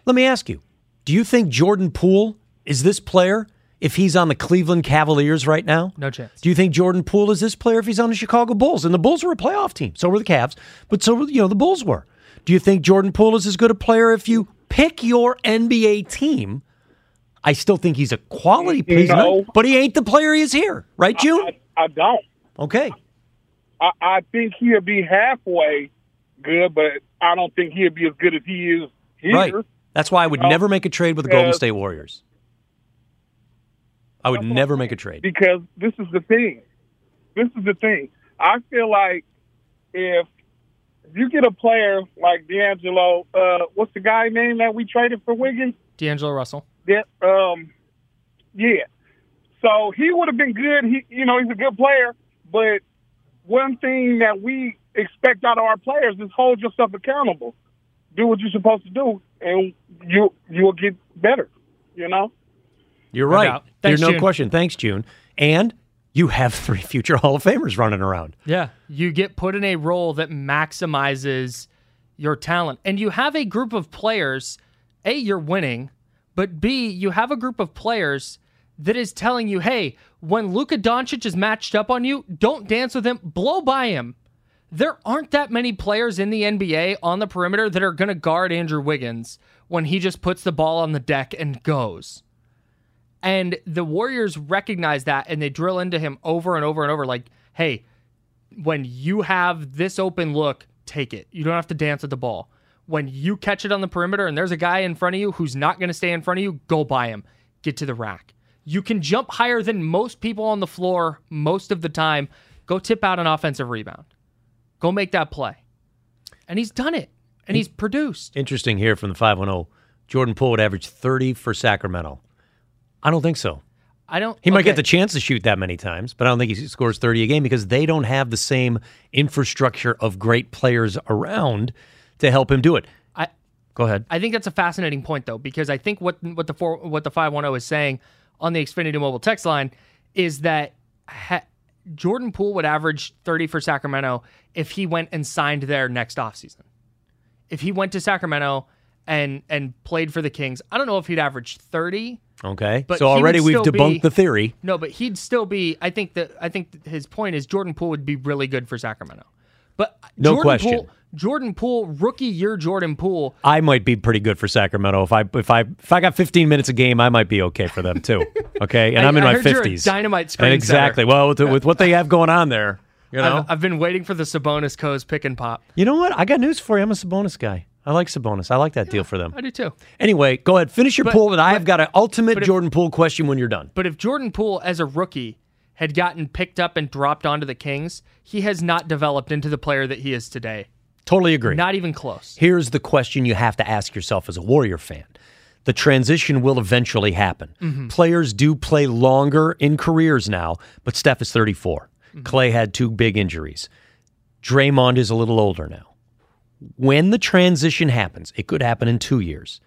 Let me ask you. Do you think Jordan Poole is this player if he's on the Cleveland Cavaliers right now?
No chance.
Do you think Jordan Poole is this player if he's on the Chicago Bulls? And the Bulls were a playoff team. So were the Cavs, but so were, you know, the Bulls were. Do you think Jordan Poole is as good a player if you pick your NBA team? I still think he's a quality player,
No.
but he ain't the player he is here, right, June?
I, I don't.
Okay.
I, I think he'll be halfway good, but I don't think he'll be as good as he is here.
Right. That's why I would never make a trade with the Golden
Yes.
State Warriors. I would never make a trade.
because this is the thing. This is the thing. I feel like if you get a player like D'Angelo, uh, what's the guy name that we traded for Wiggins?
D'Angelo Russell.
That um, yeah. So he would have been good. He, you know, he's a good player. But one thing that we expect out of our players is hold yourself accountable. Do what you're supposed to do, and you you'll get better. You know.
You're right.
doubt.
There's
Thanks,
no
June.
question. Thanks, June. And you have *laughs* three future Hall of Famers running around.
Yeah, you get put in a role that maximizes your talent. And you have a group of players, A, you're winning, but B, you have a group of players that is telling you, hey, when Luka Doncic is matched up on you, don't dance with him, blow by him. There aren't that many players in the NBA on the perimeter that are going to guard Andrew Wiggins when he just puts the ball on the deck and goes. And the Warriors recognize that and they drill into him over and over and over like, hey, when you have this open look, take it. You don't have to dance at the ball. When you catch it on the perimeter and there's a guy in front of you who's not going to stay in front of you, go by him. Get to the rack. You can jump higher than most people on the floor most of the time. Go tip out an offensive rebound. Go make that play. And he's done it. And he's produced.
Interesting here from the 510. Jordan Poole would average 30 for Sacramento. I don't think so.
I don't
He might get
okay.
the chance to shoot that many times, but I don't think he scores 30 a game because they don't have the same infrastructure of great players around to help him do it.
I-
Go ahead.
I think that's a fascinating point though, because I think what what the four, what the five one zero is saying on the Xfinity Mobile text line is that ha- Jordan Poole would average thirty for Sacramento if he went and signed there next offseason. If he went to Sacramento and and played for the Kings, I don't know if he'd average thirty.
Okay.
But
so
he would
already we've
still
debunked
be-
the theory.
No, but he'd still be. I think that I think his point is Jordan Poole would be really good for Sacramento. But
No
Jordan
question.
Poole, Jordan Poole, rookie year Jordan Poole
I might be pretty good for Sacramento. If I if I if I got 15 minutes a game, I might be okay for them too. Okay, and
*laughs* I-
am in
I
my
heard
50s.
you're a dynamite
And
screensetter.
exactly. Well, with, with what they have going on there, you know.
I've, I've been waiting for the Sabonis Co's pick and pop.
you know what? I got news for you. I'm a Sabonis guy. I like Sabonis. I like that deal for them.
I do too.
Anyway, go ahead. Finish your
But-
pool, and I have
but-
got an ultimate
but if-
Jordan Poole question when you're done.
But if Jordan Poole, as a rookie, had gotten picked up and dropped onto the Kings, he has not developed into the player that he is today.
Totally agree.
Not even close.
Here's the question you have to ask yourself as a Warrior fan. The transition will eventually happen. Players do play longer in careers now, but Steph is 34. Clay had two big injuries. Draymond is a little older now. When the transition happens, it could happen in two years.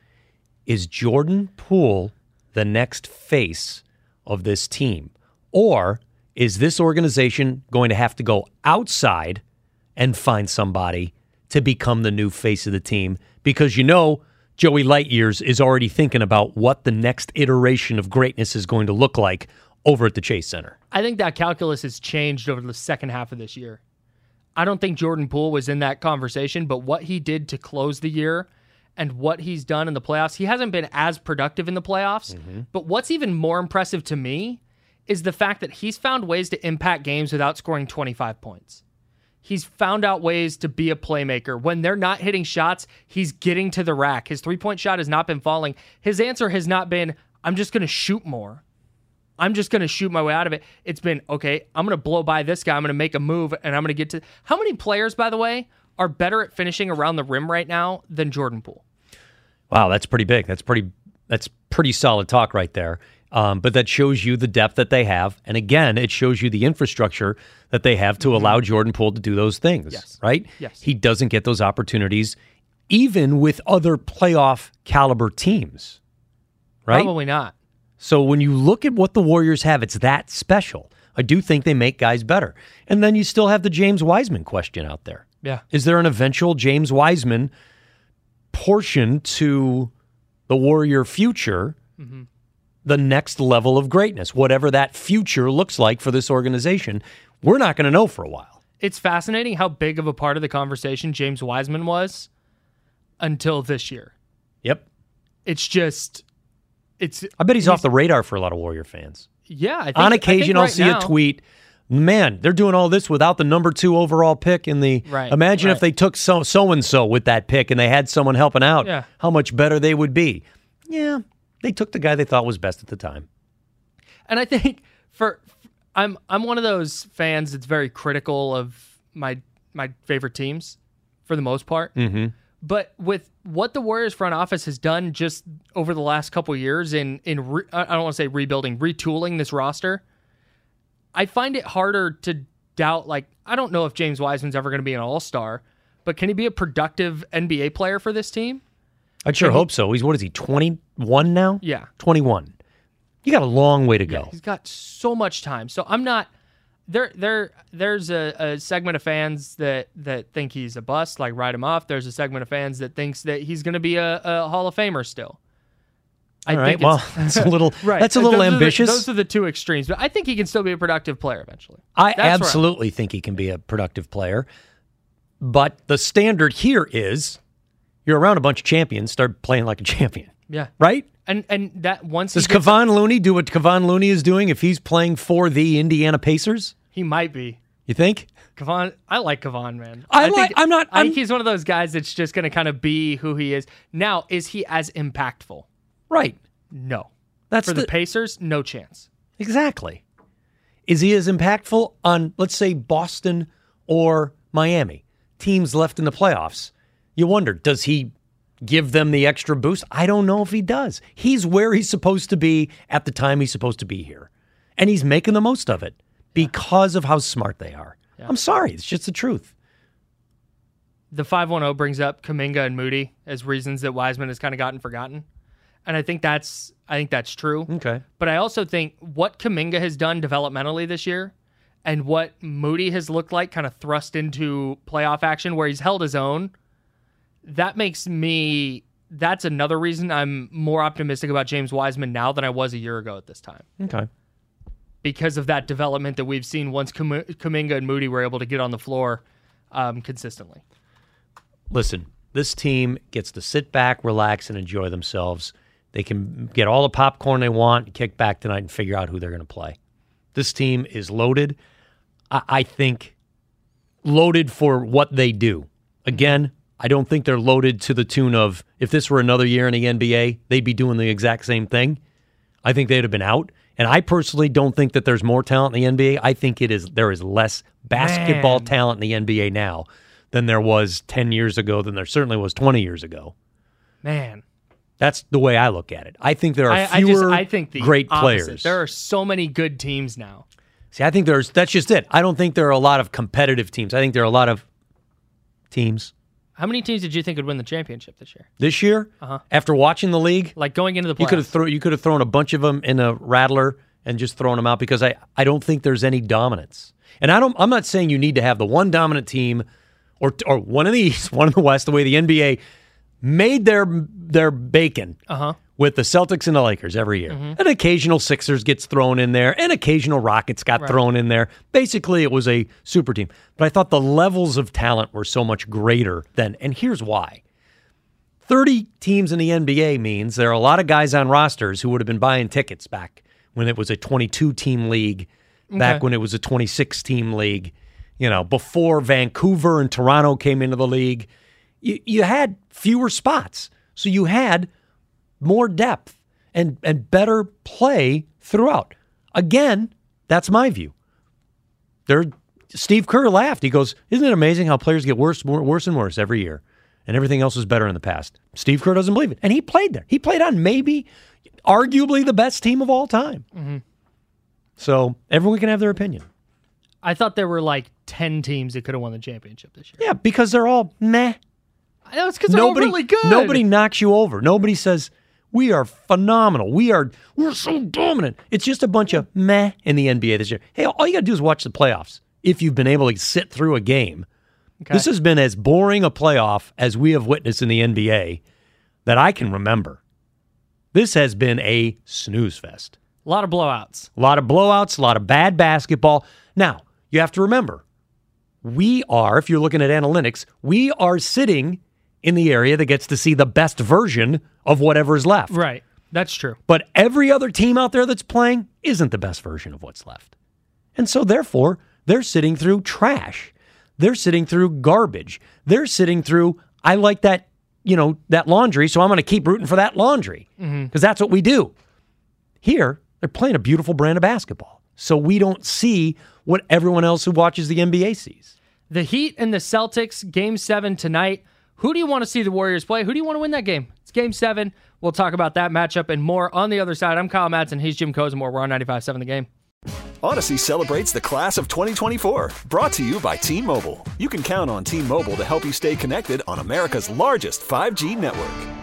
Is Jordan Poole the next face of this team? Or is this organization going to have to go outside and find somebody to become the new face of the team because you know Joey Lightyears is already thinking about what the next iteration of greatness is going to look like over at the Chase Center.
I think that calculus has changed over the second half of this year. I don't think Jordan Poole was in that conversation, but what he did to close the year and what he's done in the playoffs, he hasn't been as productive in the playoffs. But what's even more impressive to me is the fact that he's found ways to impact games without scoring 25 points. He's found out ways to be a playmaker. When they're not hitting shots, he's getting to the rack. His three point shot has not been falling. His answer has not been, I'm just going to shoot more. I'm just going to shoot my way out of it. It's been, okay, I'm going to blow by this guy. I'm going to make a move and I'm going to get to. How many players, by the way, are better at finishing around the rim right now than Jordan Poole?
Wow, that's pretty big. That's pretty that's pretty solid talk right there. Um, but that shows you the depth that they have, and again, it shows you the infrastructure that they have to allow Jordan Poole to do those things.
Mm-hmm. Yes.
Right?
Yes.
He doesn't get those opportunities, even with other playoff caliber teams. Right?
Probably not.
So when you look at what the Warriors have, it's that special. I do think they make guys better. And then you still have the James Wiseman question out there.
Yeah.
Is there an eventual James Wiseman portion to the Warrior future,
Mm-hmm.
the next level of greatness, whatever that future looks like for this organization? We're not going to know for a while.
It's fascinating how big of a part of the conversation James Wiseman was until this year.
Yep.
It's just, it's,
I bet he's, off the radar for a lot of Warrior fans.
yeah. I think,
On
I think
occasion, I'll
right
see
now-
a tweet. Man, they're doing all this without the number two overall pick in the.
Right,
imagine if
right.
they took so so and so with that pick and they had someone helping out.
Yeah.
How much better they would be. Yeah, they took the guy they thought was best at the time.
and I think for I'm I'm one of those fans that's very critical of my my favorite teams for the most part. Mm-hmm. But with what the Warriors front office has done just over the last couple years in in re, I I don't want to say rebuilding, retooling this roster, I find it harder to doubt. Like I don't know if James Wiseman's ever going to be an All Star, but can he be a productive NBA player for this team?
I would sure hope so. He's what is he? Twenty one now?
Yeah.
twenty one. You got a long way to go.
He's got so much time. So I'm not there there there's a, a segment of fans that that think he's a bust, like write him off. There's a segment of fans that thinks that he's gonna be a, a Hall of Famer still. I
all right. Well,
it's-
that's a little.
*laughs* right.
That's a little
Those are the-
ambitious.
those are the two extremes, but I think he can still be a productive player eventually.
I
That's where I'm-
absolutely think he can be a productive player. But the standard here is you're around a bunch of champions, start playing like a champion,
Yeah.
right?
And and that once he
Does
gets-
Kevon Looney do what Kevon Looney is doing if he's playing for the Indiana Pacers?
he might be.
You think?
Kevon, I like Kevon, man.
I
think-
like- I'm not-
I think
I'm-
he's one of those guys that's just going to kind of be who he is. Now, is he as impactful?
Right.
No.
That's
for the,
the-
Pacers, no chance.
Exactly. Is he as impactful on, let's say, Boston or Miami? Teams left in the playoffs. You wonder, does he give them the extra boost? I don't know if he does. He's where he's supposed to be at the time he's supposed to be here. And he's making the most of it because of how smart they are. I'm sorry, it's just the truth.
The 510 brings up Kaminga and Moody as reasons that Wiseman has kind of gotten forgotten. And I think that's I think that's true.
Okay.
But I also think what Kaminga has done developmentally this year and what Moody has looked like kind of thrust into playoff action where he's held his own, that makes me that's another reason I'm more optimistic about James Wiseman now than I was a year ago at this time.
Okay.
because of that development that we've seen once Kam- Kaminga and Moody were able to get on the floor um, consistently.
listen, this team gets to sit back, relax, and enjoy themselves. They can get all the popcorn they want, kick back tonight, and figure out who they're going to play. This team is loaded. I, I think loaded for what they do. Again, I don't think they're loaded to the tune of if this were another year in the NBA, they'd be doing the exact same thing. I think they'd have been out. And I personally don't think that there's more talent in the NBA. I think it is there is less basketball
Man.
talent in the NBA now than there was 10 years ago, than there certainly was 20 years ago.
Man,
That's the way I look at it. I think there are
I, I
fewer
just I think the
great
opposite.
players.
There are so many good teams now.
See, I think there's that's just it. I don't think there are a lot of competitive teams. I think there are a lot of teams
How many teams did you think would win the championship this year?
this year. After watching the league,
Like going into the playoffs,
you could have thrown you could have thrown a bunch of them in a rattler and just thrown them out because I I don't think there's any dominance. And I don't I'm not saying you need to have the one dominant team or or one in the East, *laughs* one in the West, the way the NBA made their their bacon.
Uh-huh.
With the Celtics and the Lakers every year. An occasional Sixers gets thrown in there, an occasional Rockets got thrown in there. Basically, it was a super team. But I thought the levels of talent were so much greater than, and here's why 30 teams in the NBA means there are a lot of guys on rosters who would have been buying tickets back when it was a 22 team league, back
Okay.
when it was a 26 team league, you know, before Vancouver and Toronto came into the league. You, you had fewer spots. So you had more depth and, and better play throughout. Again, that's my view. There, Steve Kerr laughed. He goes, "Isn't it amazing how players get worse, more, worse and worse every year, and everything else was better in the past?" Steve Kerr doesn't believe it, and he played there. He played on maybe, arguably, the best team of all time.
Mm-hmm.
So everyone can have their opinion.
I thought there were like 10 teams that could have won the championship this year.
Yeah, because they're all meh.
I know it's because they're all really good.
Nobody knocks you over. Nobody says we are phenomenal. We are we're so dominant. It's just a bunch of meh in the NBA this year. Hey, all you gotta do is watch the playoffs. If you've been able to sit through a game, this has been as boring a playoff as we have witnessed in the NBA that I can remember. This has been a snooze fest.
A lot of blowouts.
A lot of blowouts, a lot of bad basketball. Now, you have to remember, we are, if you're looking at analytics, we are sitting in the area that gets to see the best version of whatever is left.
Right. That's true.
But every other team out there that's playing isn't the best version of what's left. And so, therefore, they're sitting through trash. They're sitting through garbage. They're sitting through, I like that, you know, that laundry, so I'm going to keep rooting for that laundry because that's what we do. Here, they're playing a beautiful brand of basketball. So we don't see what everyone else who watches the NBA sees.
The Heat and the Celtics, game seven tonight. Who do you want to see the Warriors play? Who do you want to win that game? It's game seven. We'll talk about that matchup and more on the other side. I'm Kyle Madsen. He's Jim Cozumore. We're on 95.7 the game.
Odyssey celebrates the class of 2024. Brought to you by T Mobile. You can count on T Mobile to help you stay connected on America's largest 5G network.